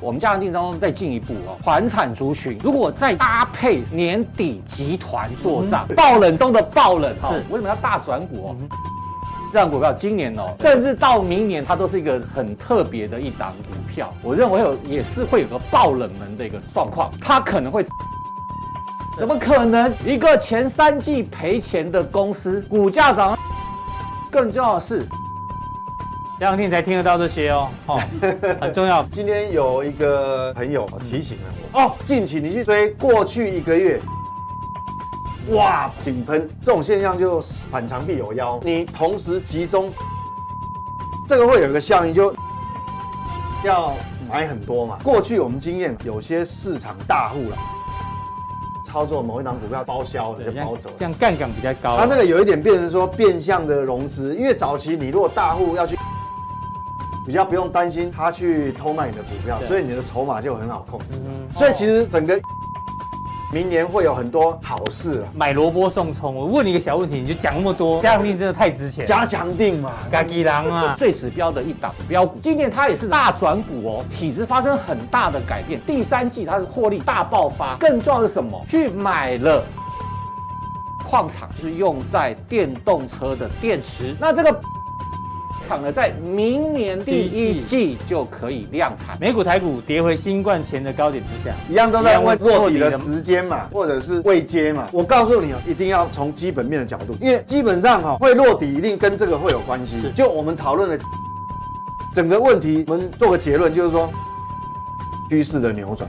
我们家庭订当中再进一步哦，房产族群如果再搭配年底集团做账，爆冷中的爆冷哈是，为什么要大转股哦？这档股票今年哦，甚至到明年，它都是一个很特别的一档股票。我认为有也是会有个爆冷门的一个状况，它可能会。怎么可能？一个前三季赔钱的公司，股价涨，更重要的是这两天你才听得到这 些哦，哦，很重要今天有一个朋友提醒了我，哦。近期你去追过去一个月，哇，井喷这种现象就反常必有妖。你同时集中，这个会有一个效应，就要买很多嘛。过去我们经验，有些市场大户了，操作某一档股票包销了对就这样包走了这。样杠杆比较高。它那个有一点变成说变相的融资，因为早期你如果大户要去，比较不用担心他去偷卖你的股票，对所以你的筹码就很好控制。嗯所以其实整个明年会有很多好事啊，买萝卜送葱，我问你一个小问题，你就讲那么多，家长令真的太值钱。加强定嘛，嘎吉狼 啊，最指标的一档指标股，今年它也是大转股哦，体质发生很大的改变，第三季它是获利大爆发，更重要的是什么？去买了。矿场是用在电动车的电池，那这个厂呢，在明年第一季就可以量产。美股台股跌回新冠前的高点之下，一样都在问一样问卧底卧的底的时间嘛，或者是未接嘛。我告诉你哦，一定要从基本面的角度，因为基本上哈、会落底一定跟这个会有关系是。就我们讨论的整个问题，我们做个结论，就是说趋势的扭转。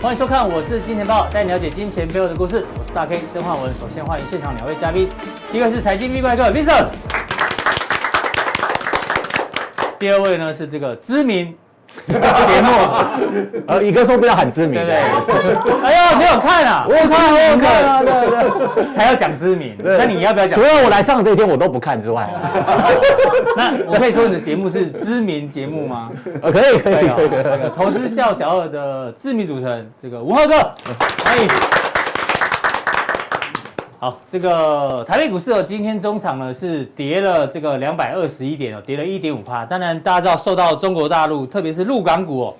欢迎收看，我是金钱豹，带你了解金钱背后的故事。我是大 K 曾焕文，首先欢迎现场两位嘉宾，第一位是财经 V 怪客 Vincent，第二位呢是这个知名节目，啊 呃，宇哥说不要喊知名对 不对？哎呦，你有看啊？我有看，我有看啊，对对对。才要讲知名，对那你要不要讲除？了我来上这一天我都不看之 外，那我可以说你的节目是知名节目吗？呃，可以可对以啊，可以。这个投资笑小二的知名主持人，这个吴浩哥，欢迎。好，这个台北股市哦，今天中场呢是跌了这个两百二十一点哦，跌了一点五趴。当然，大家知道受到中国大陆，特别是陆港股哦，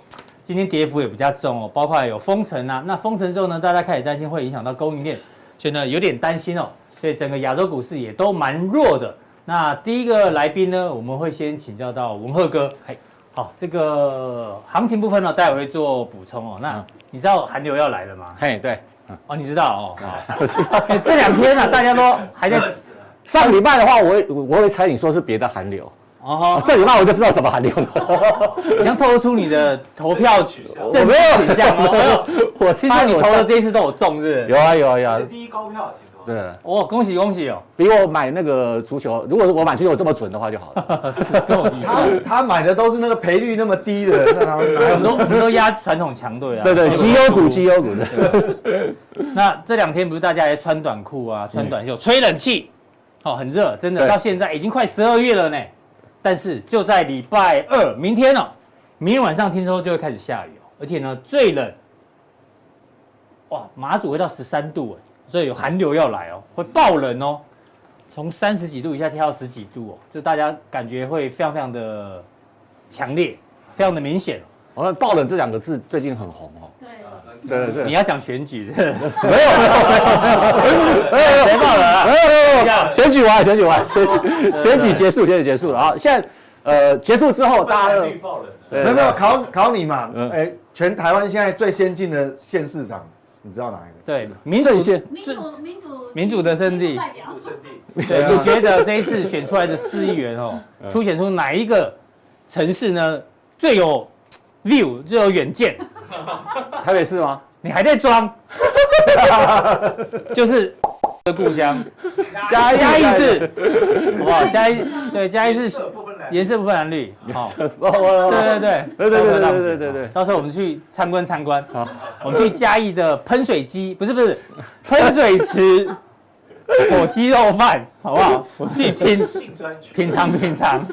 今天跌幅也比较重哦，包括有封城啊。那封城之后呢，大家开始担心会影响到供应链，所以呢有点担心哦。所以整个亚洲股市也都蛮弱的。那第一个来宾呢，我们会先请教到文鹤哥嗨。好，这个行情部分呢、待会会做补充哦。那嗯你知道寒流要来了吗？嘿，对，哦，你知道哦。嗯 好，因为这两天呢、大家都还在。上个礼拜的话，我会我会猜你说是别的寒流，哦哦、，这礼拜我就知道什么寒流了。你将透露出你的投票取向，我没有取向 哦。哎呦我听说猜你我投的猜这一次都有中，是不是？有啊有啊有啊是，第一高票，听说。对，哦，恭喜恭喜哦，比我买那个足球，如果是我买足球这么准的话就好了。跟我一样。他他买的都是那个赔率那么低的，那他哪我有们都我们都压传统强队啊。对对，结果绩优股输绩优股的，那这两天不是大家还穿短裤啊，穿短袖，吹冷气，哦，很热，真的，嗯对到现在已经快十二月了呢。但是就在礼拜二，明天哦，明天晚上听说就会开始下雨哦，而且呢，最冷，哇，马祖会到十三度哎，所以有寒流要来哦，会爆冷哦，从三十几度一下跳到十几度哦，就大家感觉会非常非常的强烈，非常的明显哦。我们爆冷这两个字最近很红哦。对对对，你没要讲选举， 是不是有没有没有没有谁爆冷啊没有没有没有，选举完选举完选举选举结束选举结束了，好，现在呃结束之后大家绿爆冷对没有没有考考你嘛嗯？哎，全台湾现在最先进的县市长，你知道哪一个？对民这主些民主民主民主的圣地民主代表圣对地，对，啊你觉得这一次选出来的市议员哦，嗯凸显出哪一个城市呢最有 view、最有远见？台北市吗？你还在装， 就是的故乡嘉嘉义 市，市，好不好？嘉义对嘉义市色不分蓝，颜色不分蓝绿，好，我我对对对对对对对到时候对对对对到时候我们去参观参观，好，我们去嘉义的喷水机，不是不是喷水池火鸡肉饭，好不好？我们去品性专区，品尝品尝，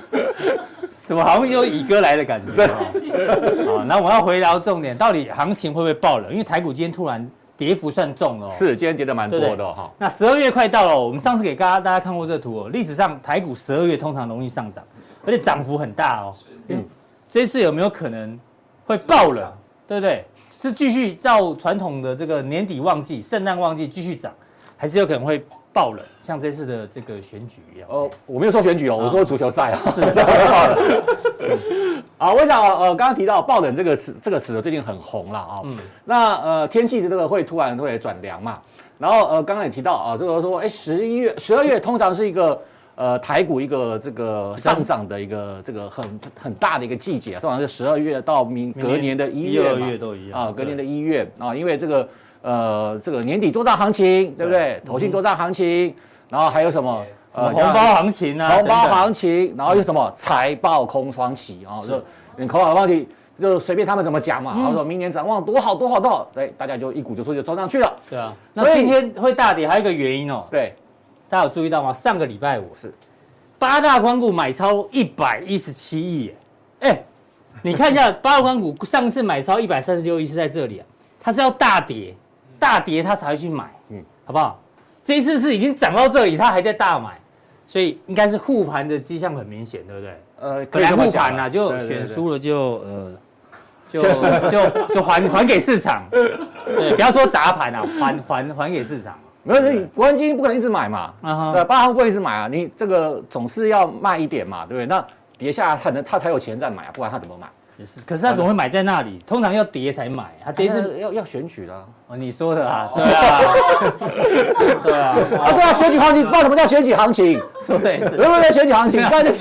怎么好像有乙哥来的感觉？好，那我要回到重点，到底行情会不会爆冷？因为台股今天突然跌幅算重了、哦，是，今天跌的蛮多对不的对哦哈。那十二月快到了哦，我们上次给大家大家看过这图哦，历史上台股十二月通常容易上涨，而且涨幅很大哦。嗯，这次有没有可能会爆冷？对不对？是继续照传统的这个年底旺季、圣诞旺季继续涨，还是有可能会爆冷？像这次的这个选举一样。呃，我没有说选举哦，我说足球赛啊。是的，爆冷。啊，我想呃，刚刚提到“爆冷”这个词，这个词最近很红了啊、嗯那呃，天气这个会突然会转凉嘛，然后呃，刚刚也提到啊，这个说，哎，十一月、十二月通常是一个呃台股一个这个上涨的一个这个很很大的一个季节、啊，通常是十二月到明明隔年的一一月二嘛月都一样啊，隔对年的一月啊，因为这个呃这个年底做账行情，对不对？投信做账行情，然后还有什么？呃什么红包行情啊，红包等等行情，然后又什么财报空窗期啊，就你口好忘记，就随便他们怎么讲嗯嘛。然后说明年展望多好多好多好，对，大家就一股就说就冲上去了。对啊，所那以今天会大跌还有一个原因哦，对，大家有注意到吗？上个礼拜五是八大光股买超一百一十七亿耶，哎，你看 一下八大光股上次买超一百三十六亿是在这里啊，它是要大跌，大跌它才会去买，嗯嗯，好不好？这一次是已经涨到这里，它还在大买，所以应该是护盘的迹象很明显，对不对？呃，本来护盘啊，啊，就对对选对输了就呃， 就就就还还给市场，对，不要说砸盘啊，还还还给市场。没有，你国安基金不可能一直买嘛，啊哈对，八行不能一直买啊，你这个总是要卖一点嘛，对不对？那跌下来，他能他才有钱再买啊，不然他怎么买？也是，可是他总会买在那里，通常要跌才买。啊他这一次、要要选举啦。哦，你说的啊，对啊， 对啊，啊，对啊，选举行情，不知道什么叫选举行情。说的也不是。是不是选举 行情，大家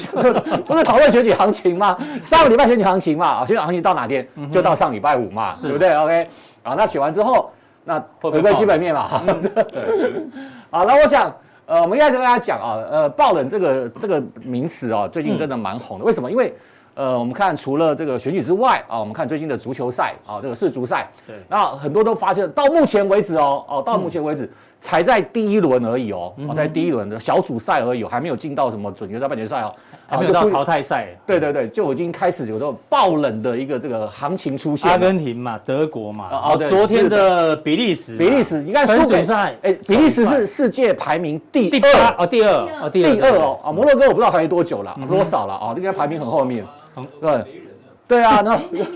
不是 讨论选举行情吗？上个礼拜选举行情嘛，啊选举行情到哪天嗯就到上礼拜五嘛，对不对？OK，啊，那选完之后，那会不会回爆嗯归基本面嘛。哈 好，那我想，呃，我们一开始跟大家讲啊，呃，爆冷这个这个名词啊，最嗯近真的蛮红的。为什么？因为呃，我们看除了这个选举之外啊，我们看最近的足球赛啊，这个世足赛，对嗯那很多都发现到目前为止哦，哦，到目前为止才在第一轮而已哦，哦，在第一轮的小组赛而已哦，还没有进到什么准决赛、半决赛哦，还没啊有到就出淘汰赛，对对对，就已经开始有这种爆冷的一个这个行情出现阿了。根廷嘛，德国嘛，哦然后对昨天的比利时嘛，比利时，你看分输组给赛，哎，比利时是世界排名第第二八，哦，第二哦，第二，嗯第二哦，啊，摩洛哥我不知道排多久了，多少了啊，应该排名很后面。对没人了，对啊，那对，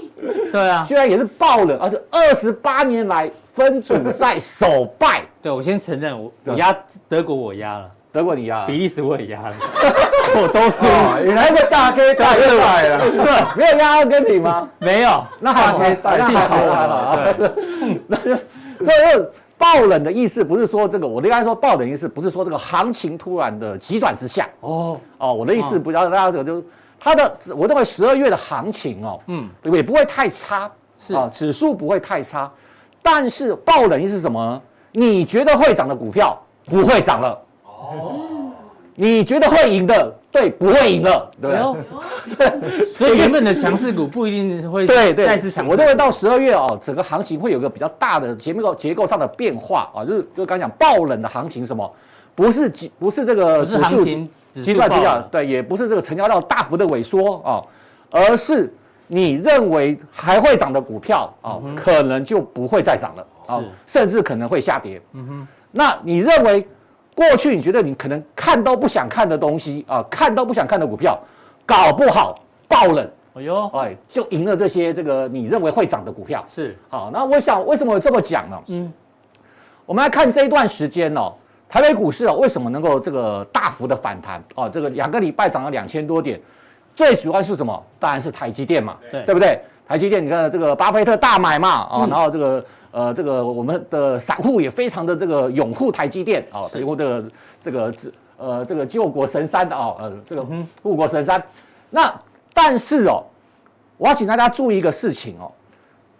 对啊居，然也是爆冷，而且二十八年来分组赛首败，对我先承认，我对我压德国，我压了，德国你啊，比利时我也压了， 我都输，哦，你来个大 K 大 热来了，没有压阿根廷吗？没有，那还好，大那 K 大气死还我好，还好啊。了，对， 所以说爆冷的意思不是说这个，我的应该说爆冷的意思不是说这个行情突然的急转直下哦，哦，我的意思不要大家这个就是它的，我认为十二月的行情哦，嗯，也不会太差，是啊，指数不会太差，但是爆冷意思是什么呢？你觉得会涨的股票不会涨了，哦你觉得会赢的，对，不会赢了， 对不哎对呦？所以原本的强势股不一定会对对，再次强势。我认为到十二月哦，整个行情会有个比较大的结构结构上的变化啊，就是就是刚讲爆冷的行情是什么，不是急不是这个不是指数行情指急数转直爆下，了，对，也不是这个成交量大幅的萎缩啊，而是你认为还会涨的股票啊，可能就不会再涨了啊嗯是，甚至可能会下跌。嗯哼，那你认为过去你觉得你可能看都不想看的东西啊，看都不想看的股票，搞不好爆冷。哎呦，哎，就赢了这些这个你认为会涨的股票。是好，那我想为什么有这么讲呢？嗯嗯，我们来看这一段时间哦，台北股市哦为什么能够这个大幅的反弹哦？这个两个礼拜涨了两千多点，最主要是什么？当然是台积电嘛，对对不对？台积电，你看这个巴菲特大买嘛，啊、然后这个呃，这个我们的散户也非常的这个拥护台积电啊，是拥护这个这个呃这个救国神山的啊，呃这个护国神山。那但是哦，我要请大家注意一个事情哦，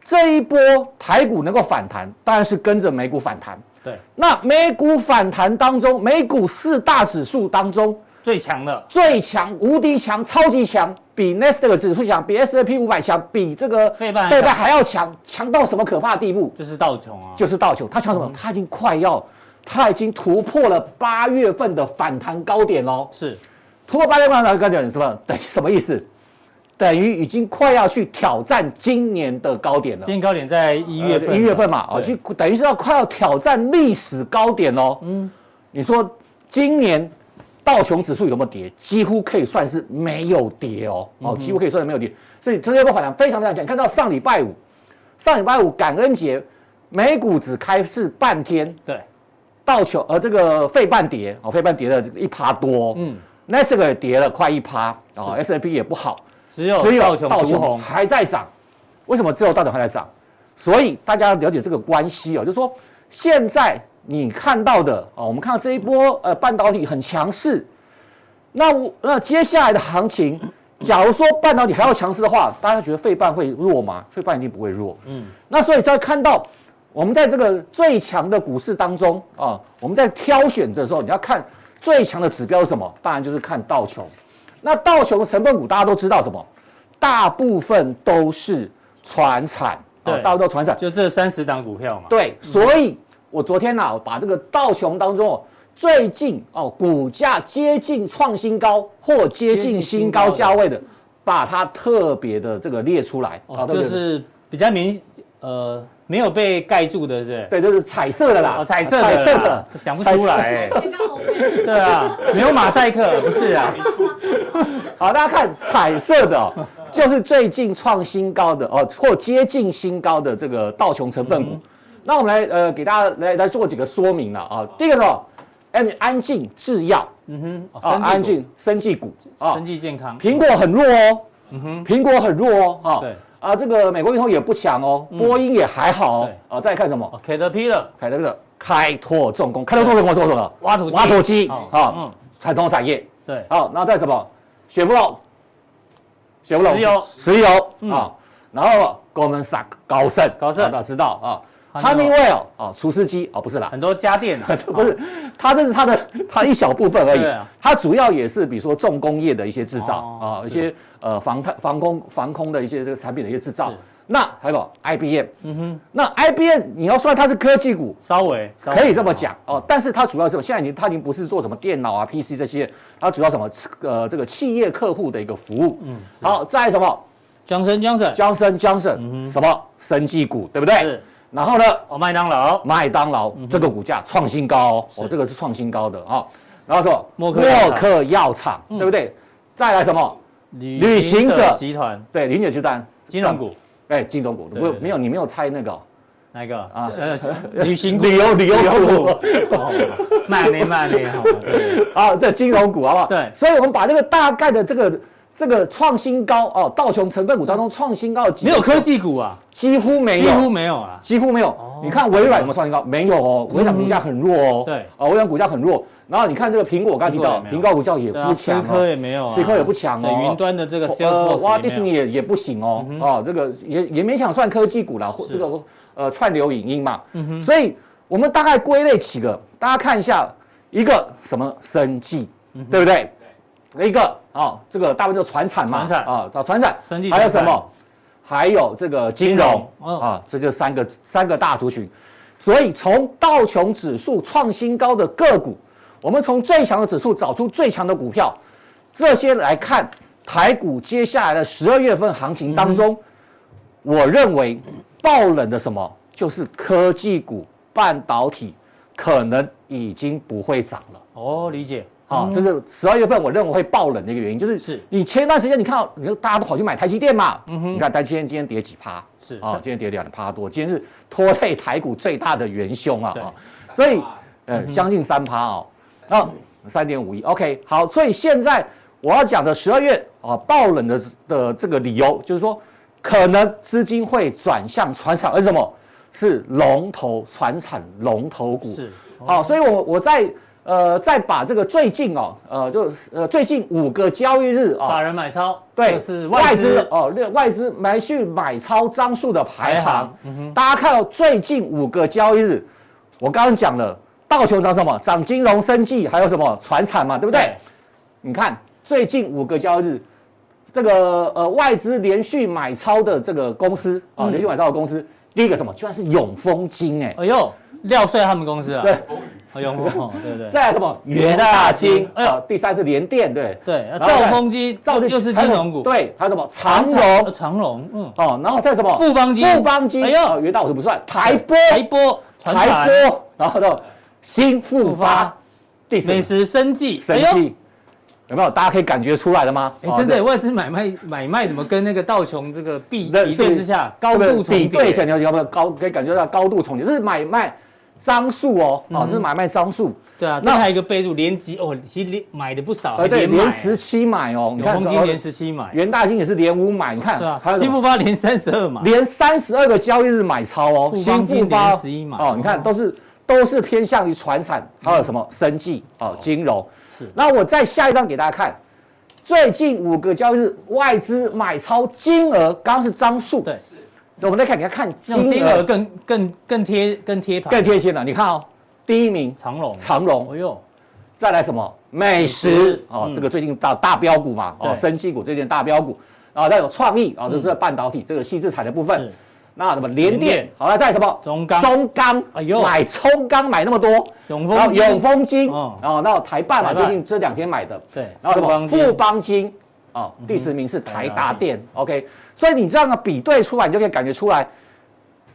这一波台股能够反弹，当然是跟着美股反弹。对那美股反弹当中，美股四大指数当中最强的，最强、无敌强、超级强，比 n e s t a 指数强，比 S P 五百强，比这个费半还费半还要强，强到什么可怕的地步？就是道琼啊，就是道琼，它强什么？它已经快要它已经突破了八月份的反弹高点喽。是突破八月份的高点是吧？等于什么意思？等于已经快要去挑战今年的高点了今。天高点在一月份，一月份嘛，哦，对就等于是要快要挑战历史高点喽。嗯，你说今年道琼指数有没有跌？几乎可以算是没有跌哦，嗯哦，几乎可以算是没有跌。所以这波反弹非常非常强。你看到上礼拜五，上礼拜五感恩节，美股只开市半天，对，道琼呃这个费半跌哦，费半跌了一趴多，嗯嗯，那这个也跌了快一趴哦是，S P 也不好。只有只有道琼道独琼红，还在涨，为什么只有道琼还在涨？所以大家要了解这个关系哦，就是说现在你看到的哦，我们看到这一波呃半导体很强势，那我那接下来的行情，假如说半导体还要强势的话，大家觉得费半会弱吗？费半一定不会弱，嗯，那所以在看到我们在这个最强的股市当中啊，我们在挑选的时候，你要看最强的指标是什么？当然就是看道琼。那道琼的成分股大家都知道什么？大部分都是船产，啊对大部分都船产。就这三十档股票嘛，对，所以我昨天呐、我把这个道琼当中哦，最近哦股价接近创新高或接接近近新新高高的价位的，把它特别的这个列出来，哦，特别就地是比较明，呃，没有被盖住的，是不对，就是彩色的啦，哦彩色的啦彩色的，讲不出彩来色哎的你看我 们是？对啊，没有马赛克，不是啊，好，大家看彩色的哦，就是最近创新高的哦，或接近新高的这个道琼成分股。那我们来呃，给大家来来做几个说明了啊。第一个是哦，安安静制药嗯哼，啊，安生哦静生技股啊，生计健康，苹果很弱哦，苹果很弱哦，啊，对啊，这个美国运通也不强哦，波音也还好哦对，啊，再来看什么？哦，Caterpillar 凯特的开拓重工，开拓重工做什么？挖土机挖土机哦啊嗯，传统产业。对，好，那再什么？雪佛龙，雪佛龙，石油石油嗯啊，然后 Goldman Sachs 高盛，高盛啊大家知道啊还有，Honeywell 啊，厨师机啊，不是啦，很多家电啊， 不是，它这是它的 它一小部分而已对啊，它主要也是比如说重工业的一些制哦造啊，是一些呃防太防空防空的一些这个产品的一些制造是。那还有 IBM，嗯哼，那 IBM 你要算它是科技股，稍微稍微可以这么讲哦，但是它主要是什么？现在已经它已经不是做什么电脑啊、PC 这些，它主要什么？呃，这个企业客户的一个服务。嗯，好，再来什么，Johnson Johnson ？Johnson Johnson，、什么生技股，对不对嗯是？嗯然后呢，哦，麦当劳，麦当劳、这个股价创新高哦，哦这个是创新高的哦。然后什么？默克药厂嗯克药厂，对不对？再来什么？旅行者集团，对，林姐去单金融，股哎，金融股，不对对对没有你没有猜那个哦、哪一个啊啊？呃，旅行股，旅游旅游股。哦慢呢慢呢，好对啊，这金融股好不好？对所以我们把这个大概的这个这个创新高哦，道琼成分股当中创新高的几没个有科技股啊，几乎没几有，乎没有啊，几乎没有。你看微软有没有创新高？没有哦，微软股价很弱哦。嗯对啊，微软股价很弱。然后你看这个苹果，我刚才提到苹果也没有苹果股价也对啊，不思强科哦，也没有啊，思科也不强哦对，云端的这个呃，哇， Salesforce 迪也士没尼有，也也不行哦，哦，这个也也勉强算科技股啦，或嗯是嗯这个呃串流影音嘛，所以我们大概归类几个，大家看一下，一个什么生计，嗯对不对？一个哦，这个大部分就传产嘛，传产啊，啊，传产生技，还有什传产么？还有这个金融金融哦啊，这就三个三个大族群。所以从道琼指数创新高的个股，我们从最强的指数找出最强的股票，这些来看台股接下来的十二月份行情当中，我认为爆冷的什么就是科技股、半导体可能已经不会涨了。哦，理解，好、这是十二月份我认为会爆冷的一个原因，就是是嗯你前一段时间你看到，你说大家都跑去买台积电嘛，你看台积电今天跌几趴，是啊、上今天跌两趴多，今天是拖累台股最大的元凶啊，对嗯啊所以呃将近三趴哦，那三点五一，OK，好，所以现在我要讲的十二月啊爆冷的的这个理由就是说，可能资金会转向船厂，为什么？是龙头船产龙头股，是好，哦所以我我再呃再把这个最近哦，呃就是呃最近五个交易日啊、法哦，人买超，对，这是外资，哦，那外资买去买超张数的排排行嗯行，大家看到最近五个交易日，我刚刚讲了，道琼涨什么？涨金融、生技，还有什么船产嘛，对不对？对你看最近五个交易日，这个呃外资连续哦嗯买超的这个公司啊、连续买超的公司，第一个什么，居然是永丰金哎、哎呦，廖帅他们公司啊，对，哦永丰，哦对对再来什么元元大大金金，哎呦啊，第三是联电，对，对，啊然后兆再丰金，造就又是金融股，对，还有什么长呃荣，长荣，嗯，哦，然后再什么富邦金富邦金，哎哎呦呦，元大我就不算，台波，台波，传台产，波，然后到新复发发，第四美食生计，神器，有没有？大家可以感觉出来了吗？哎，哦真的，对外资买卖买卖怎么跟那个道琼这个比那比对是之下高这度个重比对起叠？来，有没有高？可以感觉到高度重叠，这是买卖张数哦，嗯哦，这是买卖张数，对啊，这那还有一个备注，连级哦，其实连买的不少，还呃，对，连买连啊，十七买哦，你永看丰，金连十七买，元大金也是连五买，你看对，啊还，有什新么富发连三十二买，连三十二个交易日买超哦，富邦金新连11买哦，你看都是都是偏向于船产，还有什么生技哦，金融嗯是那我再下一张给大家看，最近五个交易日外资买超金额，刚刚是张数，对，那我们再看，你看看那种金金额额更更更贴更贴更盘，贴心了，你看哦，第一名长隆，长荣，哦哟，再来什么美美食食哦嗯，这个最近大大标股嘛，对嗯哦，生技股最近大标股，啊，再有创意啊，这是半导体这个细制材的部分是。那什么联联电电，好了，再什么中钢中钢，哎呦买中钢买那么多，永然丰后金永丰金，嗯哦，那台办嘛，台办最近这两天买的，对，然后什么金嗯富邦金，哦，第十名是台台达达电，OK，所以你这样的比对出来，你就可以感觉出来，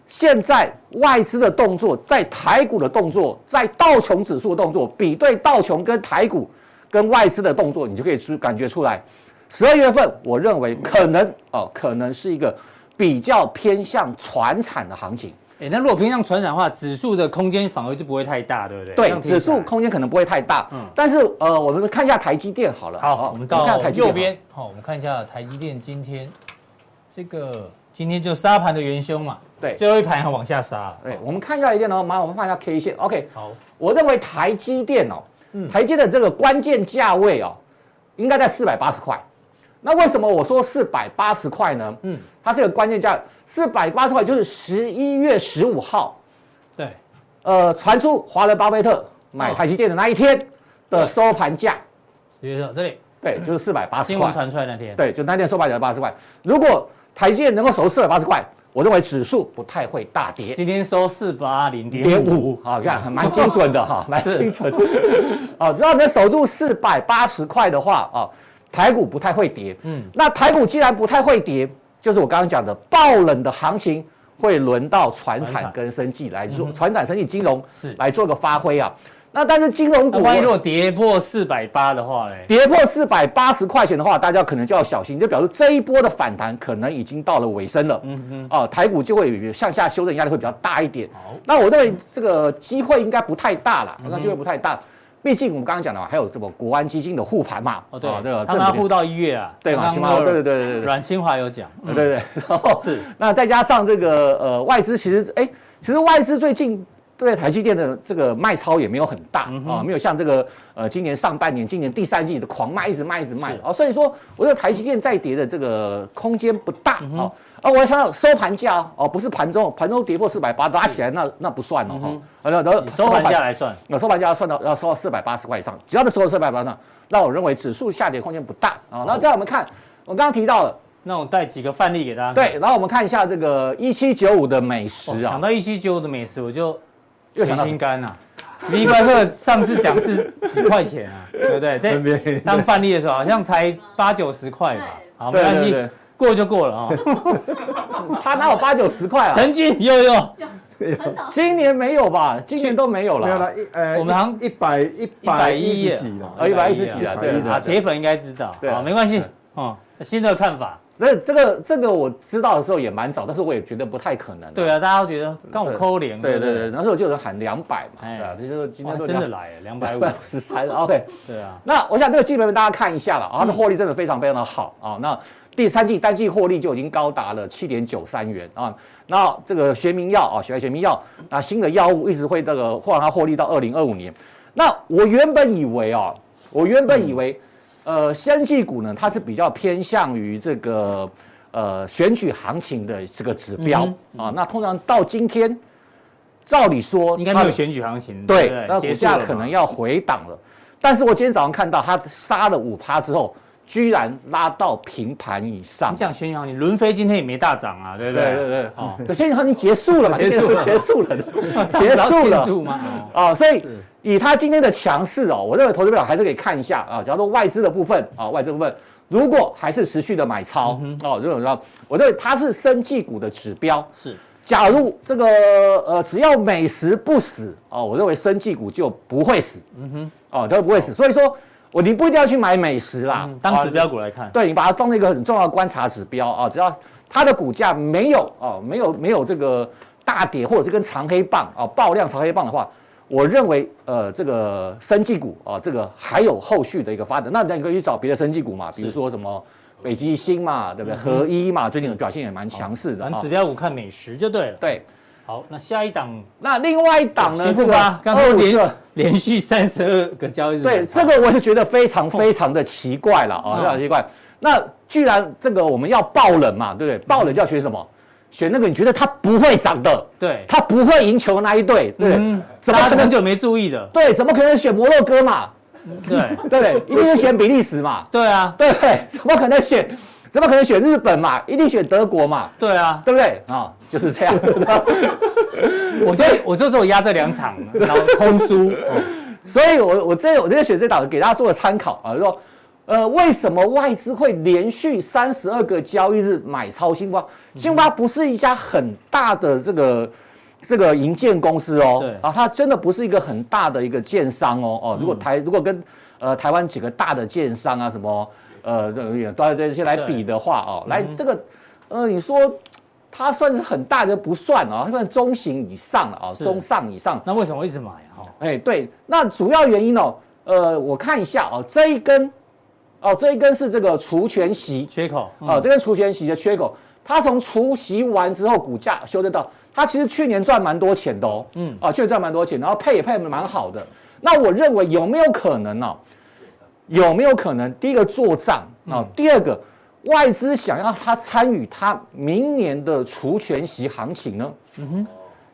现在外资的动作，在台股的动作，在道琼指数的动作，比对道琼跟台股跟外资的动作，你就可以出感觉出来。十二月份，我认为可能哦，可能是一个比较偏向传产的行情。哎、那如果偏向船长的话，指数的空间反而就不会太大，对不对？这对样，听起指来数空间可能不会太大，嗯但是呃，我们看一下台积电好了。哦好，我们到看一下台积电右好了边，好，我们看一下台积电今天这个今天就沙盘的元凶嘛，对最后一盘还往下杀了，对，我们看一下一电哦，马上我们看一下 K 线。OK，好，嗯我认为台积电哦，台积的这个关键价位哦，应该在四百八十块。那为什么我说四百八十块呢？嗯嗯，它是有关键价，四百八十块就是十一月十五号，对，呃，传出华人巴菲特买台积电的那一天的收盘价，十月十号这里对，就是四百八十嗯新闻块。传出来那天，啊对，就那天收盘价八十块。如果台积电能够守四百八十块，我认为指数不太会大跌。今天收四八零点点五，五，好，看蛮精准 的哈，蛮精准 的。哦，只要能守住四百八十块的话，哦，台股不太会跌。嗯嗯，那台股既然不太会跌，就是我刚刚讲的爆冷的行情会轮到船船产嗯产跟生技来做，船产、生技、金融是来做个发挥啊。那但是金融那股万一如果跌破四百八的话嘞，跌破四百八十块钱的话，大家可能就要小心，就表示这一波的反弹可能已经到了尾声了。嗯嗯，哦，台股就会有向下修正压力会比较大一点。好嗯那我认为这个机会应该不太大啦，那机会不太大，毕竟我们刚刚讲的嘛，还有什么国安基金的护盘嘛。哦对，啊这个他们要政护府到一月啊，对嘛刚新刚华那个对对对对对阮新华有讲，嗯对对对， 然后是那再加上这个呃外资，其实哎，其实外资最近对台积电的这个卖超也没有很大、嗯啊，没有像这个呃今年上半年、今年第三季的狂卖，一直卖一直卖是啊，所以说我觉得台积电再跌的这个空间不大嗯啊。啊，我要想想收盘价哦哦，不是盘中，盘中跌破四百八拉起来那那不算哦哈。啊那那嗯你收盘价来算，那收盘价要算到要收到四百八十块以上，只要能收到四百八上，那我认为指数下跌空间不大啊。那再来我们看，我刚刚提到了，那我带几个范例给大家看，对，然后我们看一下这个一七九五的美哇食哦想啊，到一七九的美食，我就又捶想到心肝呐、啊。V 巴克上次讲是几块钱啊，对 不对？真便宜在 当范例的时候，好像才八九十块吧。好，没对关对系对，过就过了啊、 哦。他哪有八九十块啊？陈俊悠悠，今年没有吧？今年都没有没有了。了，一呃，我们好像一百一百一十几了，啊110几啊对啊，铁粉应该知道。对啊好，没关系，哦，新的看法。所以这个这个我知道的时候也蛮早，但是我也觉得不太可能。对啊，啊，大家都觉得刚我抠脸，对不对对，，那时候就有人喊两百嘛，哎对啊，这就是今哇，天真的来两百两 五，百十三，OK。对啊，那我想这个基本面大家看一下了，啊它的嗯获利真的非常非常的好啊。那第三季单季获利就已经高达了七点九三元啊。那这个学名药啊，血癌学名药啊，新的药物一直会这个会让它获利到二零二五年。那我原本以为啊，我原本以嗯为，呃，先技股呢，它是比较偏向于这个呃选举行情的这个指标嗯啊。那通常到今天，照理说应该它没有选举行情，对不，那结股束了价嘛可能要回档了。但是我今天早上看到它杀了五趴之后，居然拉到平盘以上你。讲巡航，你伦飞今天也没大涨啊，对不对对？对对，哦哦，所以它已经结束了嘛，结束了结束了， 结然后束庆了。祝吗？哦啊、所以以它今天的强势哦，我认为投资表还是可以看一下啊。假如说外资的部分啊、外资部分如果还是持续的买超、嗯哦，这种让我认为它是生技股的指标。 是，假如这个呃，只要美食不死哦，我认为生技股就不会死。嗯哼，哦，都不会死。所以说，我你不一定要去买美食啦，哦嗯当指标股来看，对你把它当成一个很重要的观察指标啊，只要它的股价没有哦、没有没有这个大跌或者是跟长黑棒啊、爆量长黑棒的话，我认为呃这个生技股啊、这个还有后续的一个发展，那你可以去找别的生技股嘛，比如说什么北极星嘛，对不嗯对？合一嘛，最近的表现也蛮强势的反啊、正哦指标股看美食就对了。对，好，那下一档那另外一档呢行，哦复发，刚二刚五连连续三十二个交易日对，买超，这个我就觉得非常非常的奇怪了啊，嗯非常奇怪。那居然这个我们要爆冷嘛，对不对？嗯爆冷就要选什么？选那个你觉得它不会涨的，对，它不会赢球的那一队，对不对？嗯，怎么大可家很能？久没注意 了，对，怎么可能选摩洛哥嘛？对，对不对？ 一定是选比利时嘛，对啊，对不对？怎么可能选？怎么可能选日本嘛？一定选德国嘛，对啊，对不对？啊、就是这 样。我就我就只有压这两场，然后通 输，哦所以我我这我这个选这档给大家做个参考啊，就说，呃，为什么外资会连续三十二个交易日买超新发？新发不是一家很大的这个这个营建公司哦，对嗯啊，它真的不是一个很大的一个建商哦，哦，如果台如果跟呃台湾几个大的建商啊什么呃这个对对这些来比的话哦，来这个呃你说。它算是很大的不算啊、它算中型以上了啊、是中上以上。那为什么我一直买啊哦？哎，对，那主要原因哦，呃，我看一下哦，这一根，哦，这一根是这个除权息缺口嗯啊、哦，这根除权息的缺口，它从除息完之后，股价修正到，它其实去年赚蛮多钱的哦，嗯嗯，啊、去年赚蛮多钱，然后配也配得蛮好的。那我认为有没有可能呢、哦？有没有可能？第一个做账嗯啊、哦第二个外资想要他参与他明年的除权息行情呢？嗯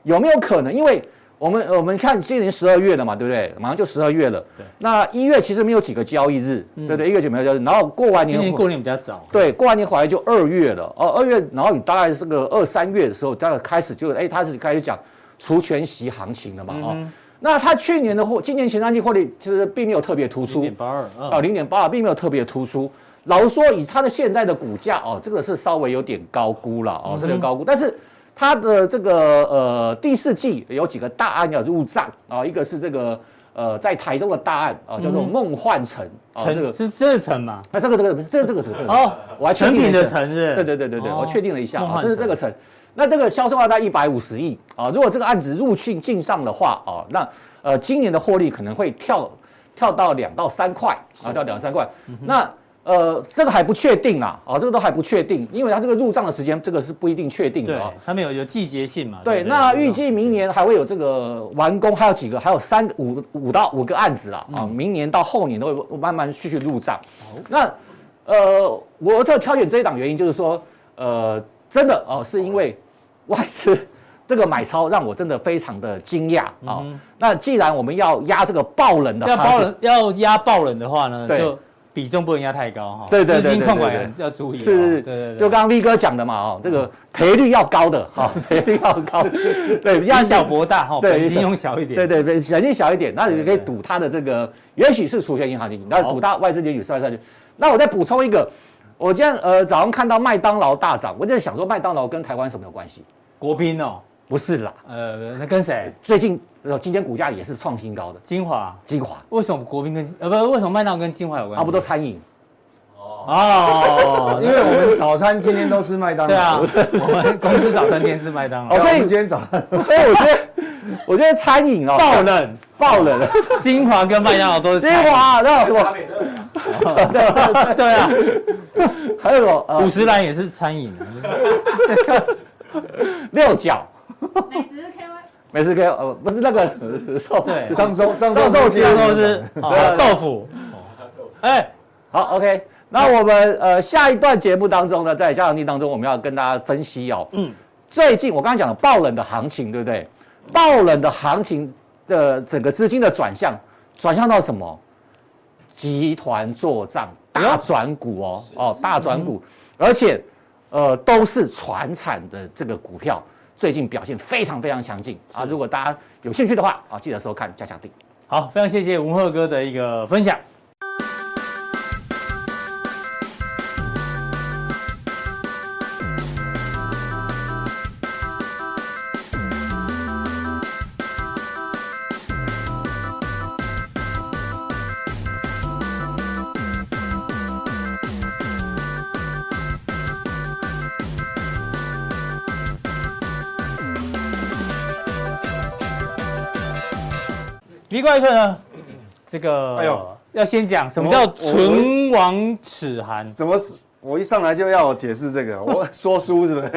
有没有可能？因为我们呃我们看今年十二月了嘛，对不对？马上就十二月了。对嗯那一月其实没有几个交易日，对不对？一月就没有交易日，然后过完年今后，年过年比较早，对，过完年回来就二月了。哦，二月，然后你大概这个二三月的时候，大概开始就哎，他是开始讲除权息行情了嘛。嗯哦，那他去年的获，今年前三季获利其实并没有特别突零出点，八二，啊，嗯，零点八并没有特别突出。老实说，以它的现在的股价哦，这个是稍微有点高估了嗯哦，这个高估。但是它的这个呃第四季有几个大案要入账啊、一个是这个呃在台中的大案啊、叫嗯做梦幻城啊、这成个。是这是成吗？那啊这个这个这个这个这个这个哦，我还确成定了品一的下成是？对对对对对，哦我确定了一下梦啊，幻这是这个层。那这个销售额在一百五十亿啊，如果这个案子入去进上的话啊，那呃今年的获利可能会跳跳到两到三块啊，到两三块。嗯那呃这个还不确定啦啊，这个都还不确定，因为它这个入账的时间这个是不一定确定的对啊。，他们有有季节性嘛？对，不那对预计明年还会有这个完工，还有几个，还有三个五五到五个案子嗯啦，啊，明年到后年都会慢慢续续入账。那呃，我这挑选这一档原因就是说，呃，真的哦，是因为外资这个买超让我真的非常的惊讶啊。那既然我们要压这个爆冷的嗯要行情，包人要压爆人的话呢，对就比重不能压太高哈。对对对资金对控对管对也要注意是哦。是是，对对对，嗯就刚刚 V 哥讲的嘛，哦，这个赔率要高的，哈、赔率要 高，对，比较以小博大哈，对本金用小一点。对对对，人性小一点，那你可对哦以对赌它的这个，也许是除权银行情，那好赌它外资联举三三去。那我再补充一个，我今天呃早上看到麦当劳大涨，我就在想说麦当劳跟台湾什么有关系？国宾哦，不是啦，呃，那跟谁？最近呃今天股价也是创新高的，金华？精华为什么国宾跟呃不为什么麦当劳跟金华有关系？啊差不多餐 饮，哦因，为我们早餐今天都吃麦当 对啊，劳，我们公司早餐店是麦当对劳哦。啊，所以我们今天早餐所以我觉得我觉得餐饮哦爆冷，爆冷了，金华跟麦当劳都是精餐饮华那我 对啊，还有什么五呃十岚也是餐饮啊。六角美食 K Y 美食 K 呃不是那个呃石寿对司张收张张收收今今天天都是哦豆腐。哎，好，OK。那我们呃下一段节目当中呢，在加强地当中，我们要跟大家分析哦。嗯，最近我刚刚讲的爆冷的行情，对不对？爆冷的行情的整个资金的转向，转向到什么？集团做账大转股哦，哦，大转股，而且呃都是船产的这个股票，最近表现非常非常强劲啊！如果大家有兴趣的话啊，记得收看加强定。好，非常谢谢文鹤哥的一个分享。离怪一刻呢，这个哎呦要先讲什么我叫我唇亡齿寒，怎么死？我一上来就要我解释这个，我说书是不是？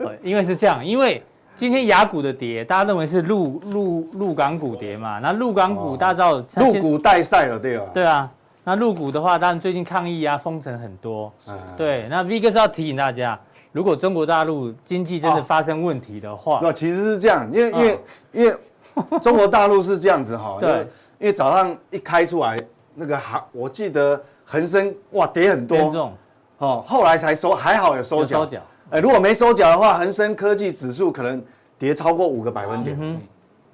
呃因为是这样，因为今天雅股的跌，大家认为是陆陆陆港股跌嘛，那陆港股大家知道它入现哦股带赛了，对吧？对啊，那入股的话，当然最近抗议啊，封城很多。嗯，对，那 V 哥是要提醒大家，如果中国大陆经济真的哦发生问题的话，是吧？哦其实是这样，因为因为因为中国大陆是这样子哈，嗯 对因为，因为早上一开出来那个行，我记得恒生哇跌很严多重哦，后来才收，还好有收有脚收。脚，哎，如果没收脚的话，恒生科技指数可能跌超过五个百分点，嗯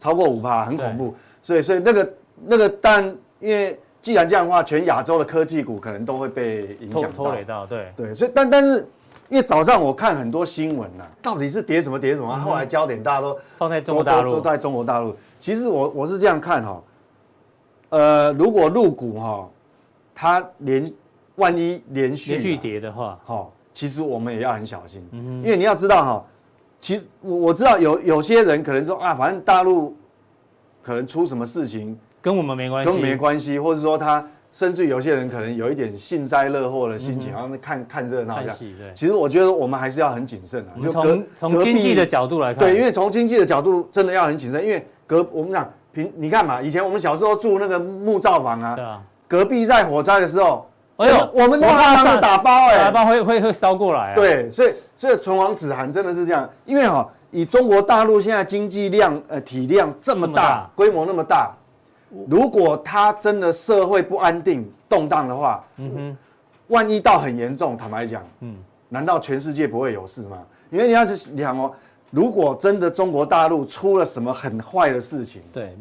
超过五趴，很恐怖。所以所以那个那个，但因为既然这样的话，全亚洲的科技股可能都会被影哼，拖响拖到累。到，对，对，所以但但是，因为早上我看很多新闻呐、到底是跌什么跌什么，后来焦点大家都放在嗯中国大都都陆都，在中国大陆。其实我我是这样看哈、呃，如果入股哈、它连万一连续连续啊跌嗯的话，好、其实我们也要很小心，因为你要知道哈、其实我我知道有有些人可能说啊，反正大陆可能出什么事情跟我们没关系，跟我们没关系，或者说他甚至有些人可能有一点幸灾乐祸的心情，然后看看热闹一下嗯看。戏，对。其实我觉得我们还是要很谨慎啊，我们隔从从隔壁经济的角度来看，对，因为从经济的角度真的要很谨慎，因为隔我们讲平你看嘛，以前我们小时候住那个木造房啊对，啊，隔壁在火灾的时候，哎呦我们都我怕马上上打包哎、台湾会会会烧过来啊，对，所以所以唇亡齿寒真的是这样，因为哈、以中国大陆现在经济量呃体量这么这么大大，规模那么大，如果它真的社会不安定动荡的话，嗯哼，万一到很严重，坦白讲，嗯嗯，难道全世界不会有事吗？因为你要是想哦，如果真的中国大陆出了什么很坏的事情，对，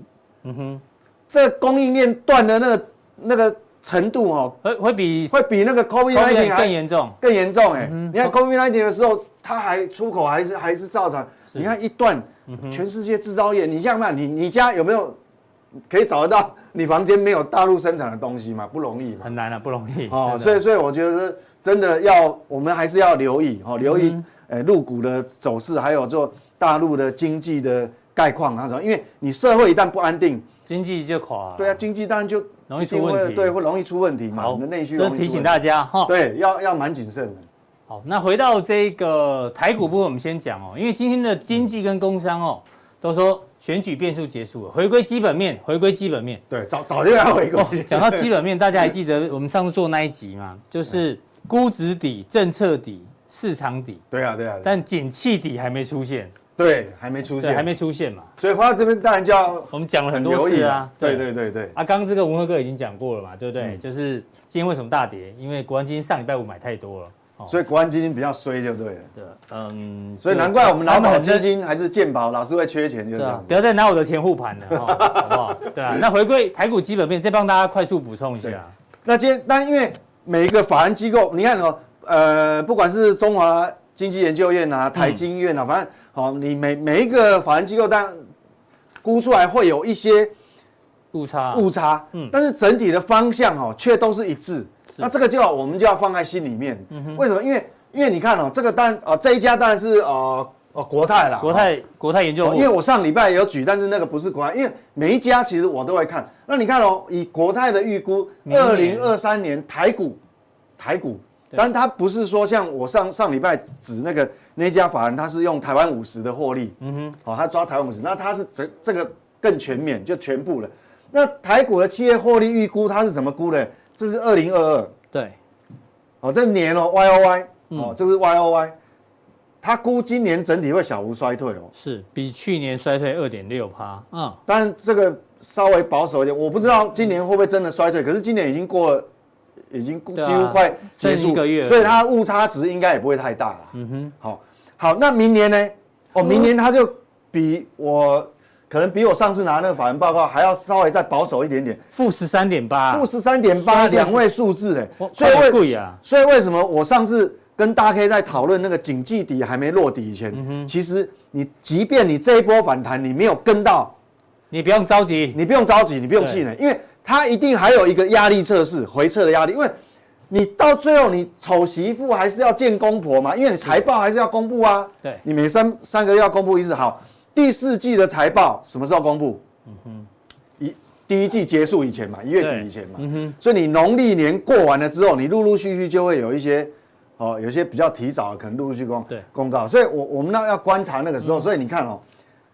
嗯哼，这供应链断的那个那个程度哦，会会比会比那个 COVID 高原 nineteen 更还严重，更严重哎、你看哦 COVID 1 9的时候，它还出口还是还是照常。你看一段，嗯全世界制造业，你想想看，你你家有没有可以找得到 你房间没有大陆生产的东西嘛？不容易嘛。很难啊，不容易。哦，真的所以所以我觉得真的要，我们还是要留意哦，留嗯意呃入股的走势，还有做大陆的经济的概况啊什么，因为你社会一旦不安定，经济就垮了。对啊，经济当然就容易一定出问会题对，会容易出问题嘛，好你的，内需这容易提出醒问题大家哈。对，要要蛮谨慎的。好，那回到这个台股部分，我们先讲哦，因为今天的经济跟工商哦，都说选举变数结束了，回归基本面，回归基本面。 对，早早就要回购哦，讲到基本面，大家还记得我们上次做那一集吗？就是估值底、政策底、市场底，对啊，对啊，但景气底还没出现，对还没出对，现，还没，出现嘛。所以回到这边当然就要我们讲了很多留意次啊，对对对对，啊，刚刚这个文和哥已经讲过了嘛，对不对？嗯就是今天为什么大跌？因为国安基金上礼拜五买太多了，哦，所以国安基金比较衰就对了，对，嗯，所以就难怪我们他劳们保很基认金还是健保老是会缺钱，就是对这啊样，子不。要再拿我的钱护盘了， 哈，好不好？对啊，那回归台股基本面，再帮大家快速补充一对下。那今天，但因为每一个法人机构，你看哦，呃，不管是中华经济研究院啊、嗯台经院啊，反正好、你每每一个法人机构，当然估出来会有一些误差误差，嗯但是整体的方向哦，却都是一致。是嗯那这个就要我们就要放在心里面。为什么？因为因为你看哦，这个当然哦，这一家当然是哦哦国泰啦，国泰国泰研究哦部，因为我上礼拜有举，但是那个不是国泰，因为每一家其实我都会看。那你看哦，以国泰的预估，明二年零二三年台股，台股，但它不是说像我上上礼拜指那个那家法人，他是用台湾五十的获利，嗯哼，好、哦，他抓台湾五十，那他是这这个更全面，就全部了。那台股的企业获利预估，它是怎么估的？这是二零二二，对哦，这年哦，Y O Y，哦，这是 Y O Y，它估今年整体会小幅衰退哦。是比去年衰退二点六趴，嗯，当然这个稍微保守一点，我不知道今年会不会真的衰退，可是今年已经过了已经对啊几乎快结剩束一个月了所以它误差值应该也不会太大了。嗯哼，好，好，那明年呢？嗯哦，明年它就比我可能比我上次拿那个法人报告还要稍微再保守一点点，负十三点八，负十三点八两位数字嘞我，所以快点为贵啊！所以为什么我上次跟大 K 在讨论那个景气底还没落底以嗯前，其实你即便你这一波反弹你没有跟到，你不用着急，你不用着急，你不用气馁，因为它一定还有一个压力测试回撤的压力，因为你到最后你丑媳妇还是要见公婆嘛，因为你财报还是要公布啊，对你每三三个月要公布一次，好，第四季的财报什么时候公布？嗯哼，一第一季结束以前嘛，一月对底以前嘛，嗯哼，所以你农历年过完了之后，你陆陆续续就会有一些，哦，有些比较提早的，可能陆陆续公对公告。所以我我们那要观察那个时候，所以你看哦，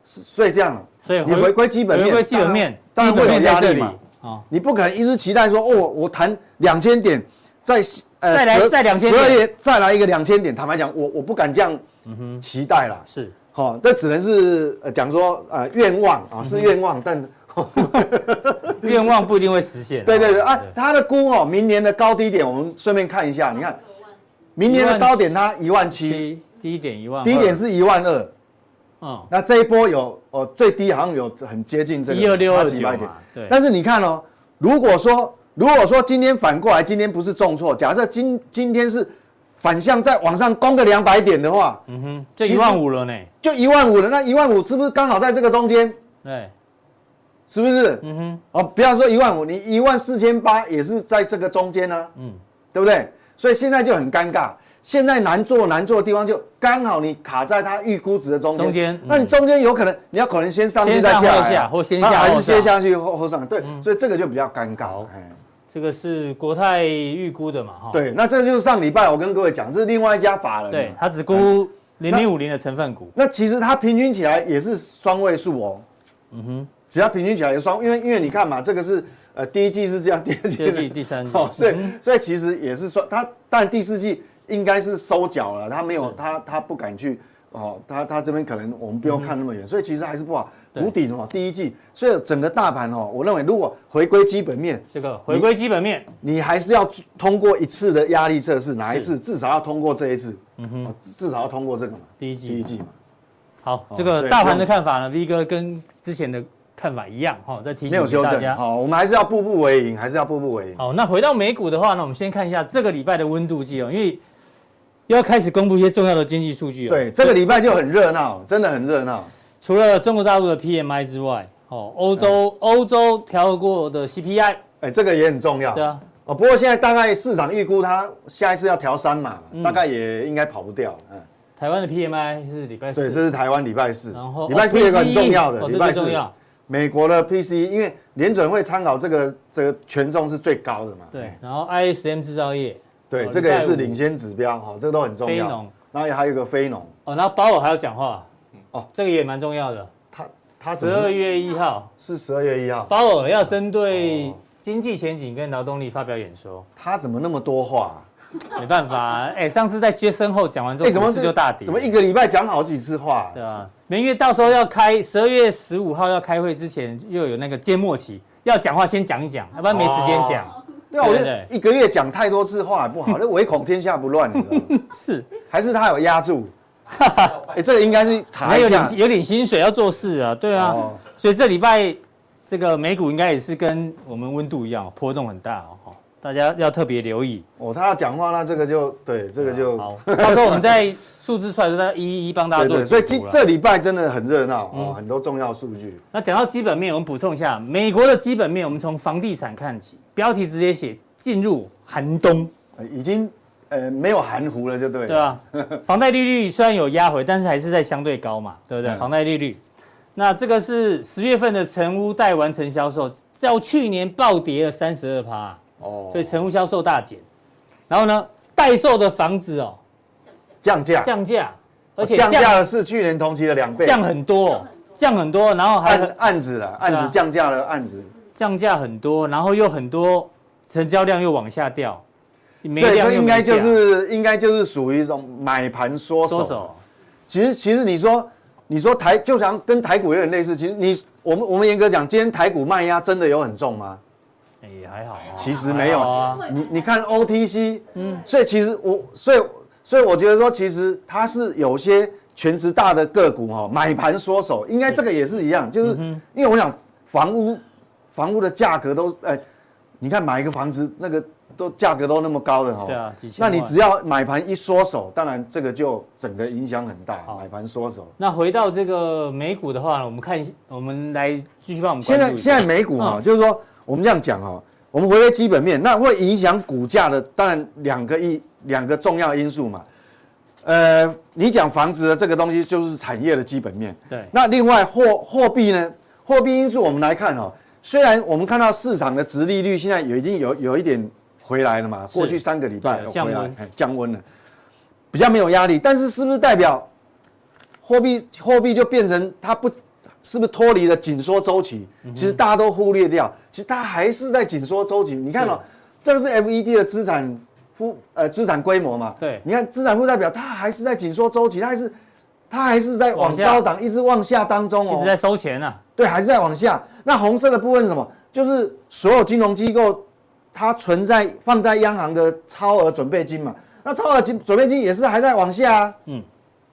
是所以这样了，哦所以你回归基本面，回归基本面，当然基本当面在然会这有压力里嘛啊。。哦你不可能一直期待说，哦，我谈两千点，再呃再来12再2000点嗯12月再来一个两千点。坦白讲，我我不敢这样期待啦。是好、这只能是呃讲说呃愿望啊，是愿望，但愿望不一定会实现。对对对哦啊，它的估哦，明年的高低点，我们顺便看一下，你看明年的高点它一万七，七低点一万，低点，是一万二，嗯，那这一波有哦，最低好像有很接近这个12629差几百点嘛对但是你看哦，如果说如果说今天反过来，今天不是重挫，假设今今天是反向再往上攻个两百点的话，嗯哼，就其一实万五了呢。就一万五了，那一万五是不是刚好在这个中间？对，是不是？嗯哼，哦，不要说一万五，你一万四千八也是在这个中间呢、嗯嗯，对不对？所以现在就很尴尬，现在难做难做的地方就刚好你卡在它预估值的中间，中间嗯那你中间有可能你要可能先上去先再上下来啊，后下或先啊下还后是先上嗯下去后后上，对，所以这个就比较尴尬好。哎，这个是国泰预估的嘛，哈，，对，那这就是上礼拜我跟各位讲，这是另外一家法人，啊对，，它只估零零五零的成分股，那其实它平均起来也是双位数哦。嗯哼，只要平均起来也双，因为因为你看嘛，这个是呃第一季是这样，第二季第是二季、第三季，嗯哦，所以所以其实也是说，他但第四季应该是收缴了，他没有他他不敢去哦，他他这边可能我们不用看那么远，嗯所以其实还是不好谷底哦，第一季，所以整个大盘哦，我认为如果回归基本面，这个回归基本面，你还是要通过一次的压力测试，哪一次至少要通过这一次，嗯哼，至少要通过这个嘛，第一季第一季嘛，好，哦这个对大盘的看法呢，V 哥跟之前的看法一样，哈，再提没有醒修大正，家。好，我们还是要步步为营，还是要步步为营，好，那回到美股的话呢，我们先看一下这个礼拜的温度计哦，因为要开始公布一些重要的经济数据哦。对，这个礼拜就很热闹，真的很热闹，除了中国大陆的 PMI 之外，哦，欧洲嗯欧洲调和过的 CPI，哎，这个也很重要，对啊，哦，不过现在大概市场预估它下一次要调三嘛，嗯大概也应该跑不掉。嗯，台湾的 PMI 是礼拜对，四，这是台湾礼拜四，E 然后礼拜四有一个很重要哦的， PCE 哦礼这个拜四重要，美国的 PCE，因为联准会参考这个这个权重是最高的嘛，对，然后 ISM 制造业，对，哦这个也是礼拜五领先指标哈，这个都很重非要农。然后还有一个非农，哦，然后鲍尔还要讲话，哦这个也蛮重要的。它它怎十么二月一号，是十二月一号，鲍尔要针对哦经济前景跟劳动力发表演说，它怎么那么多话啊？没办法啊，哎，上次在接生后讲完之后，哎怎么股市就大跌，怎么一个礼拜讲好几次话？对啊，明月到时候要开，十二月十五号要开会之前又有那个缄默期，要讲话先讲一讲，要不然没时间讲。对啊，我觉对得对一个月讲太多次话也不 好，那唯恐天下不乱，你知道吗？是，还是他有压住？ 哎、这个应该是查还有一下领。有领薪水要做事啊，对啊，哦所以这礼拜这个美股应该也是跟我们温度一样，波动很大哦，哦大家要特别留意。哦，他要讲话，那这个就对，这个就好，到时候我们在数字出来的时候，再一一帮大家对做对。所以解今读啦嗯这礼拜真的很热闹哦，很多重要数据。那讲到基本面，我们补充一下，美国的基本面，我们从房地产看起，标题直接写进入寒冬。呃已经呃没有含糊了，就对了。对啊， 房贷利率虽然有压回，但是还是在相对高嘛，对不对？嗯房贷利率，那这个是十月份的成屋贷完成销售，较去年暴跌了三十二趴，哦所以成屋销售大减。然后呢，待售的房子哦降价，降价，而且哦降降价降的是去年同期的两倍。很多哦，降很多，然后还案很案子了，案对子啊降价了，案子。降价很多，然后又很多成交量又往下掉，没所以量这又应没该就价是应该就是属于一种买盘缩收手。手，其实其实你说你说台就像跟台股有点类似，其实你我们我们严格讲，今天台股卖压真的有很重吗？哎也还好啊，其实没有还好啊，你你看 OTC，嗯，所以其实我，所以所以我觉得说，其实它是有些全职大的个股哈、哦，买盘缩手，应该这个也是一样，嗯就是因为我想房屋房屋的价格都，哎，你看买一个房子那个都价格都那么高的哈、哦，对啊几千那万你只要买盘一缩手，当然这个就整个影响很大，好买盘缩手。那回到这个美股的话呢，我们看一，我们来继续帮我们现关在注一现下在美股哈、嗯就是说我们这样讲哈、我们回归基本面，那会影响股价的，当然两个一两个重要因素嘛。呃，你讲房子的这个东西就是产业的基本面，对那另外货货币呢？货币因素我们来看哈、哦虽然我们看到市场的殖利率现在有已经有有一点回来了嘛，是过去三个礼拜对有降回来温哎降温了，比较没有压力，但是是不是代表货币货币就变成它不是不是脱离了紧缩周期？嗯其实大家都忽略掉，其实它还是在紧缩周期。你看哦，这个是 FED 的资产负呃资产规模嘛？对你看资产负债表，它还是在紧缩周期，它还是它还是在往往下高档一直往下当中一直哦，在收钱啊，对，还是在往下。那红色的部分是什么？就是所有金融机构它存在放在央行的超额准备金嘛，那超额金准备金也是还在往下、啊，嗯嗯，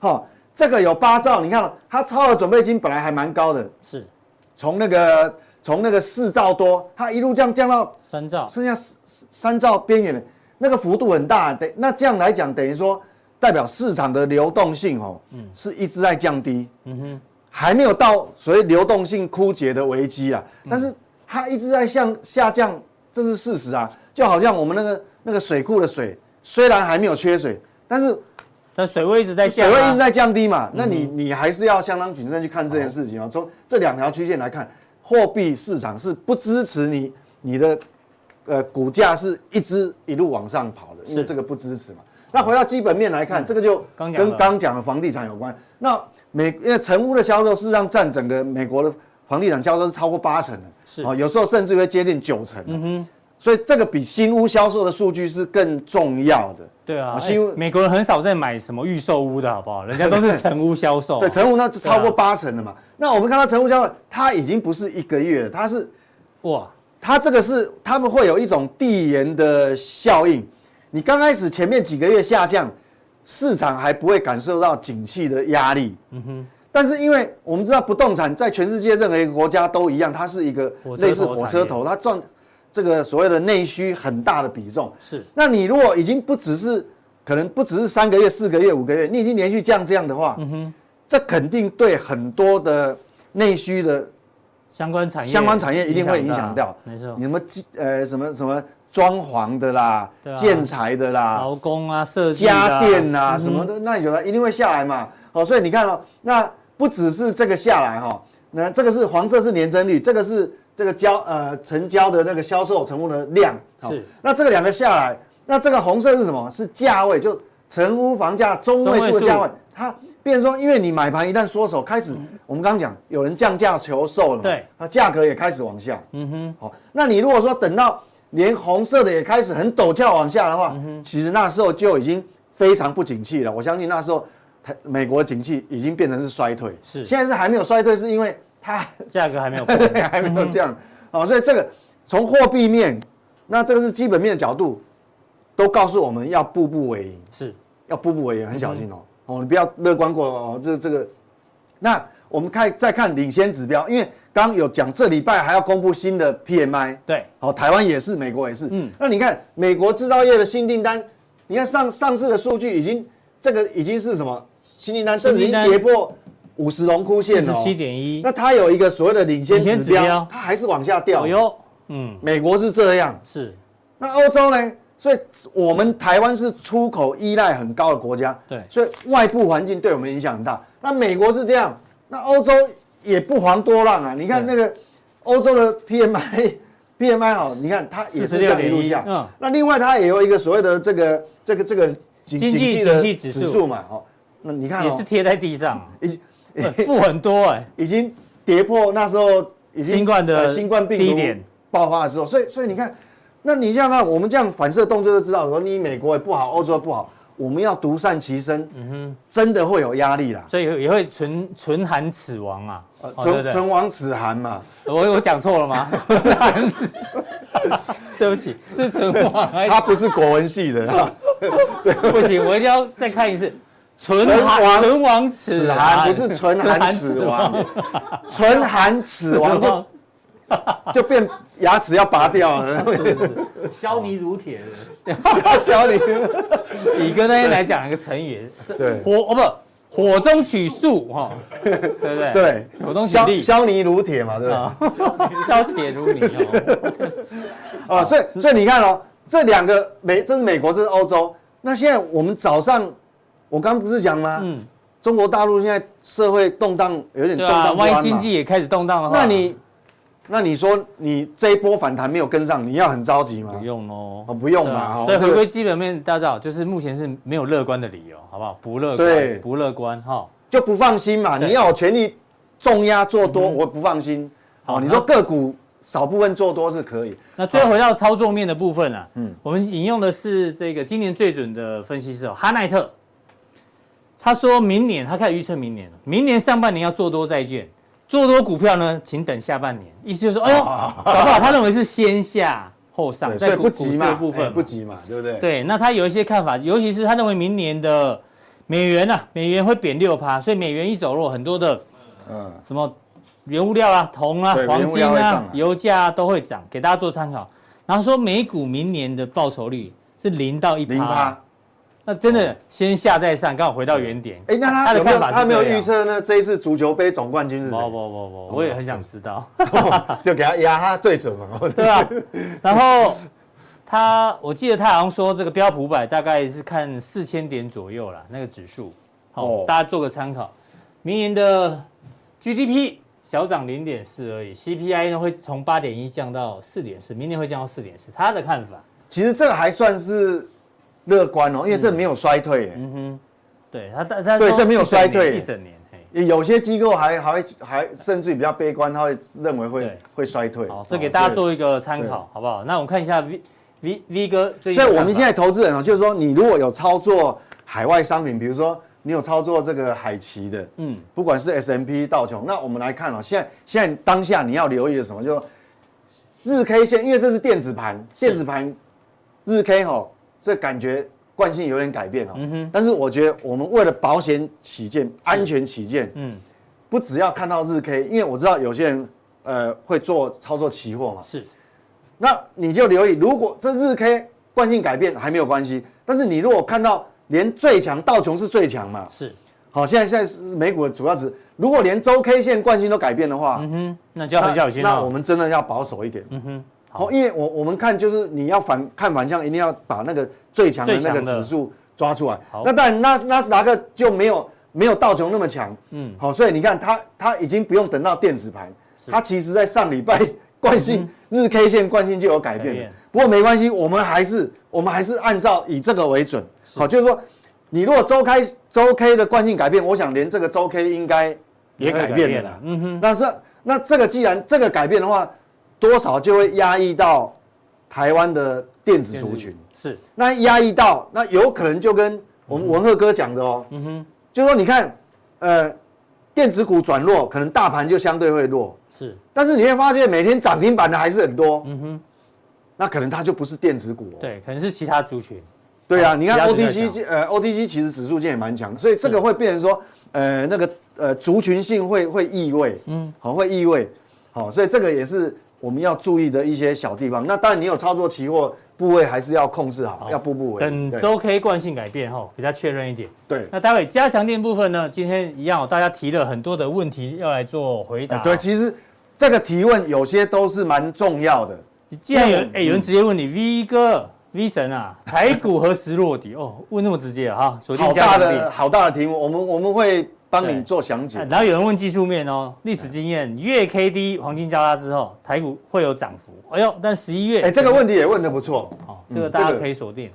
好、这个有八兆，你看哦它超额准备金本来还蛮高的，是从那个从那个四兆多，它一路降降到三兆，剩下三三兆边缘的，那个幅度很大。等那这样来讲，等于说代表市场的流动性哦，是一直在降低，嗯哼，还没有到所谓流动性枯竭的危机啊，嗯但是它一直在向下降，这是事实啊。就好像我们那个那个水库的水，虽然还没有缺水，但是但水位一直在嗯降、水啊，位一直在降低嘛，那你你还是要相当谨慎去看这件事情哦。从这两条曲线来看，货币市场是不支持你你的呃股价是一直一路往上跑的，因为是嗯这个不支持嘛。那回到基本面来看，这个就刚讲跟的刚讲的房地产有关。那美因为成屋的销售事实上占整个美国的房地产销售是超过八成的，是哦，有时候甚至会接近九成。嗯哼哼，所以这个比新屋销售的数据是更重要的。对啊，啊哎是因为美国人很少在买什么预售屋的好不好？人家都是成屋销售 啊、对，成屋那就对啊超过八成了嘛。那我们看到成屋销售，它已经不是一个月了，它是哇，它这个是他们会有一种递延的效应。你刚开始前面几个月下降，市场还不会感受到景气的压力。嗯哼。但是因为我们知道不动产在全世界任何一个国家都一样，它是一个火车头类似火车产头，它占这个所谓的内需很大的比重。是那你如果已经不只是可能不只是三个月、四个月、五个月，你已经连续降这样的嗯话，这肯定对很多的内需的相关产业，相关产业一定会影响到到，啊没错你，什么机呃什么什么装潢的啦、对啊建材的啦、劳工啊，嗯设计、家电啊啦、什么的，那有的一定会下来嘛。好、所以你看哦，那不只是这个下来哈、那这个是黄色是年增率，这个是这个交呃成交的那个销售成屋的量，好是那这个两个下来，那这个红色是什么？是价位，就成屋房价中中位位数数的价位。它变成说，因为你买盘一旦缩手，开始我们刚刚讲有人降价求售了嘛，嗯对那价格也开始往下。嗯哼，好，那你如果说等到连红色的也开始很陡峭往下的话，其实那时候就已经非常不景气了。我相信那时候台美国的景气已经变成是衰退，是现在是还没有衰退，是因为它 价格还没有破，对，还没有这样。好，所以这个从货币面，那这个是基本面的角度，都告诉我们要步步为营，是要步步为营，很小心哦。哦，你不要乐观过哦，这这个。那我们看再看领先指标，因为刚刚有讲这礼拜还要公布新的 PMI，对，好，台湾也是，美国也是。嗯嗯，那你看美国制造业的新订单，你看上上次的数据已经这个已经是什么新订单，这已新订经单跌破五十龙枯四线十了、哦，七点一那，它有一个所谓的领先领指先指标标，它还是往下掉哦。哟，嗯，美国是这样，是那欧洲呢？所以我们台湾是出口依赖很高的国家，对所以外部环境对我们影响很大。那美国是这样，那欧洲也不遑多让啊。你看那个欧洲的 PMI。PMI 好，哦你看它也是这样一路下46.1，嗯那另外它也有一个所谓的这个这个这个经经济的景气指数嘛，哦，那你看也哦是，贴在地上，已 经呃负很多哎、已经跌破那时候已经新冠的呃新冠病毒低点爆发的时候，所以所以你看，那你想想看，我们这样反射动作就知道，说你美国也不好，欧洲也不好，我们要独善其身，嗯真的会有压力啦，所以也会唇唇寒齿亡啊，哦对不呃唇对？唇亡齿寒嘛， 我我讲错了吗？唇寒齿 对不起，是纯网还他不是国文系的 啊，不行，我一定要再看一次。唇唇寒，亡唇亡齿啊齿寒，寒不是唇寒齿 亡，唇寒齿王亡 就就变牙齿要拔掉了， 削泥如铁的。小李以哥那天来讲一个成语是对火哦不火中取粟 哈，对不对？，对，火中取削栗削泥如铁嘛，对不对？啊，削铁如泥哦。啊，所以所以你看哦，这两个美，这是美国，这是欧洲。那现在我们早上，我刚不是讲吗？嗯，中国大陆现在社会动荡，有点对动啊，荡不安万嘛一经济也开始动荡的话，那你，那你说你这一波反弹没有跟上，你要很着急吗？不用喽哦，。不用对嘛，啊哦所以这回个归基本面，大家知道，就是目前是没有乐观的理由，好不好？不乐对观，不乐观哈。就不放心嘛。对嗯你要有权利重压做多，我不放心。好，好你那说个股少部分做多是可以，那最后回到操作面的部分啊，嗯，我们引用的是这个今年最准的分析师哦，哈奈特，他说明年他开始预测明年了，明年上半年要做多债券，做多股票呢，请等下半年，意思就是说，哎呦，搞不好他认为是先下后上，哦对所在以股不股急市嘛的，部分哎嘛不急嘛，对不对？对，那他有一些看法，尤其是他认为明年的美元啊，美元会贬六趴，所以美元一走弱，很多的嗯，什么原物料啊、铜啊对、黄原物金料会啊上、来油价啊都会涨，给大家做参考。然后说美股明年的报酬率是零到一零趴八，。那真的先下再上，刚好回到原点。哎，那他的有没有看法是他没有这样预？测呢？这一次足球杯总冠军是不不谁？哦不不，我也很想知道， 就给他压他最准嘛。 对吧？然后他，我记得他好像说这个标普百大概是看四千点左右啦，那个指数，好、哦大家做个参考。明年的 GDP 小涨零点四而已，CPI 呢会从八点一降到四点四，明年会降到四点四，他的看法。其实这个还算是乐观哦，因为这没有衰退耶。嗯哼，对他，他他对说这没有一整衰年退一整年。嘿有些机构还还会还甚至于比较悲观，他会认为会对会衰退。好哦，这给大家对做一个参考，好不好？那我们看一下 V V V 哥最近所的看法。以我们现在投资人啊，就是说，你如果有操作海外商品，比如说你有操作这个海奇的，嗯，不管是 S M P 道琼，那我们来看啊，现在现在当下你要留意的是什么？就日 K 线，因为这是电子盘，是电子盘日 K 哈，这感觉惯性有点改变哈。嗯哼但是我觉得我们为了保险起见，安全起见，嗯不只要看到日 K，因为我知道有些人呃会做操作期货嘛，是那你就留意，如果这日 K 惯性改变还没有关系，但是你如果看到连最强道琼是最强嘛，是，好，现在现在是美股的主要值，如果连周 K 线惯性都改变的话，嗯嗯、哼，那就要很小心了。哦那我们真的要保守一点。嗯哼，好，因为我我们看就是你要反看反向，一定要把那个最强的最那强个的指数抓出来好。那当然纳纳斯达克就没有没有道琼那么强，嗯嗯，好，所以你看它它已经不用等到电子盘，它其实在上礼拜惯性日 K 线惯性就有改嗯改变了变。不过没关系，我们还是我们还是按照以这个为准，好，就是说你如果周开周 K 的惯性改变，我想连这个周 K 应该也改变了啦。嗯哼，那是那这个既然这个改变的话，多少就会压抑到台湾的电子族群。是，那压抑到，那有可能就跟我们文鹤哥讲的哦，嗯哼，就说你看，呃，电子股转弱，可能大盘就相对会弱，是，但是你会发现每天涨停板的还是很多，嗯哼，那可能它就不是电子股哦。对，可能是其他族群，对啊，好你其看他指标 OTC 呃 OTC 其实指数间也蛮强，所以这个会变成说呃那个呃族群性会会异位，嗯，好会异位，好，所以这个也是我们要注意的一些小地方。那当然你有操作期货部位还是要控制好，要步步为营等对周 K 惯性改变后，比较确认一点。对那待会加强店部分呢，今天一样哦，大家提了很多的问题要来做回答呃哦。对，其实这个提问有些都是蛮重要的。既然有哎嗯有人直接问你 V 哥 V 神啊，台股何时落底？哦，问那么直接啊哈，锁定好加大强的店。好大的题目，我们我们会帮对你做详解哎。然后有人问技术面哦，历史经验月 K D 黄金交叉之后，台股会有涨幅。哎呦，但十一月哎，这个问题也问得不错，哦，嗯这个大这家个可以锁定。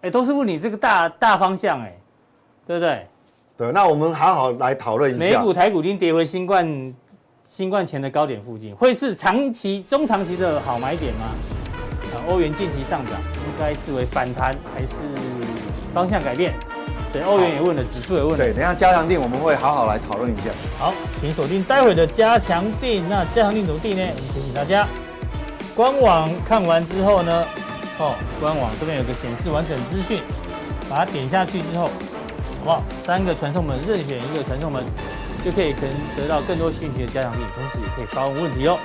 哎、都是问你这个大大方向、哎，对不对？对，那我们好好来讨论一下。美股、台股已经跌回新冠新冠前的高点附近，会是长期、中长期的好买点吗？啊、欧元近期上涨，应该视为反弹还是方向改变？对，欧元也问了，指数也问了对，。等一下加强定我们会好好来讨论一下。好，请锁定待会的加强定。那加强定怎么定呢？我们提醒大家，官网看完之后呢，哦，官网这边有个显示完整资讯，把它点下去之后，好不好？三个传送门任选一个传送门，就可以可能得到更多讯息的加强力，同时也可以发问问题哦。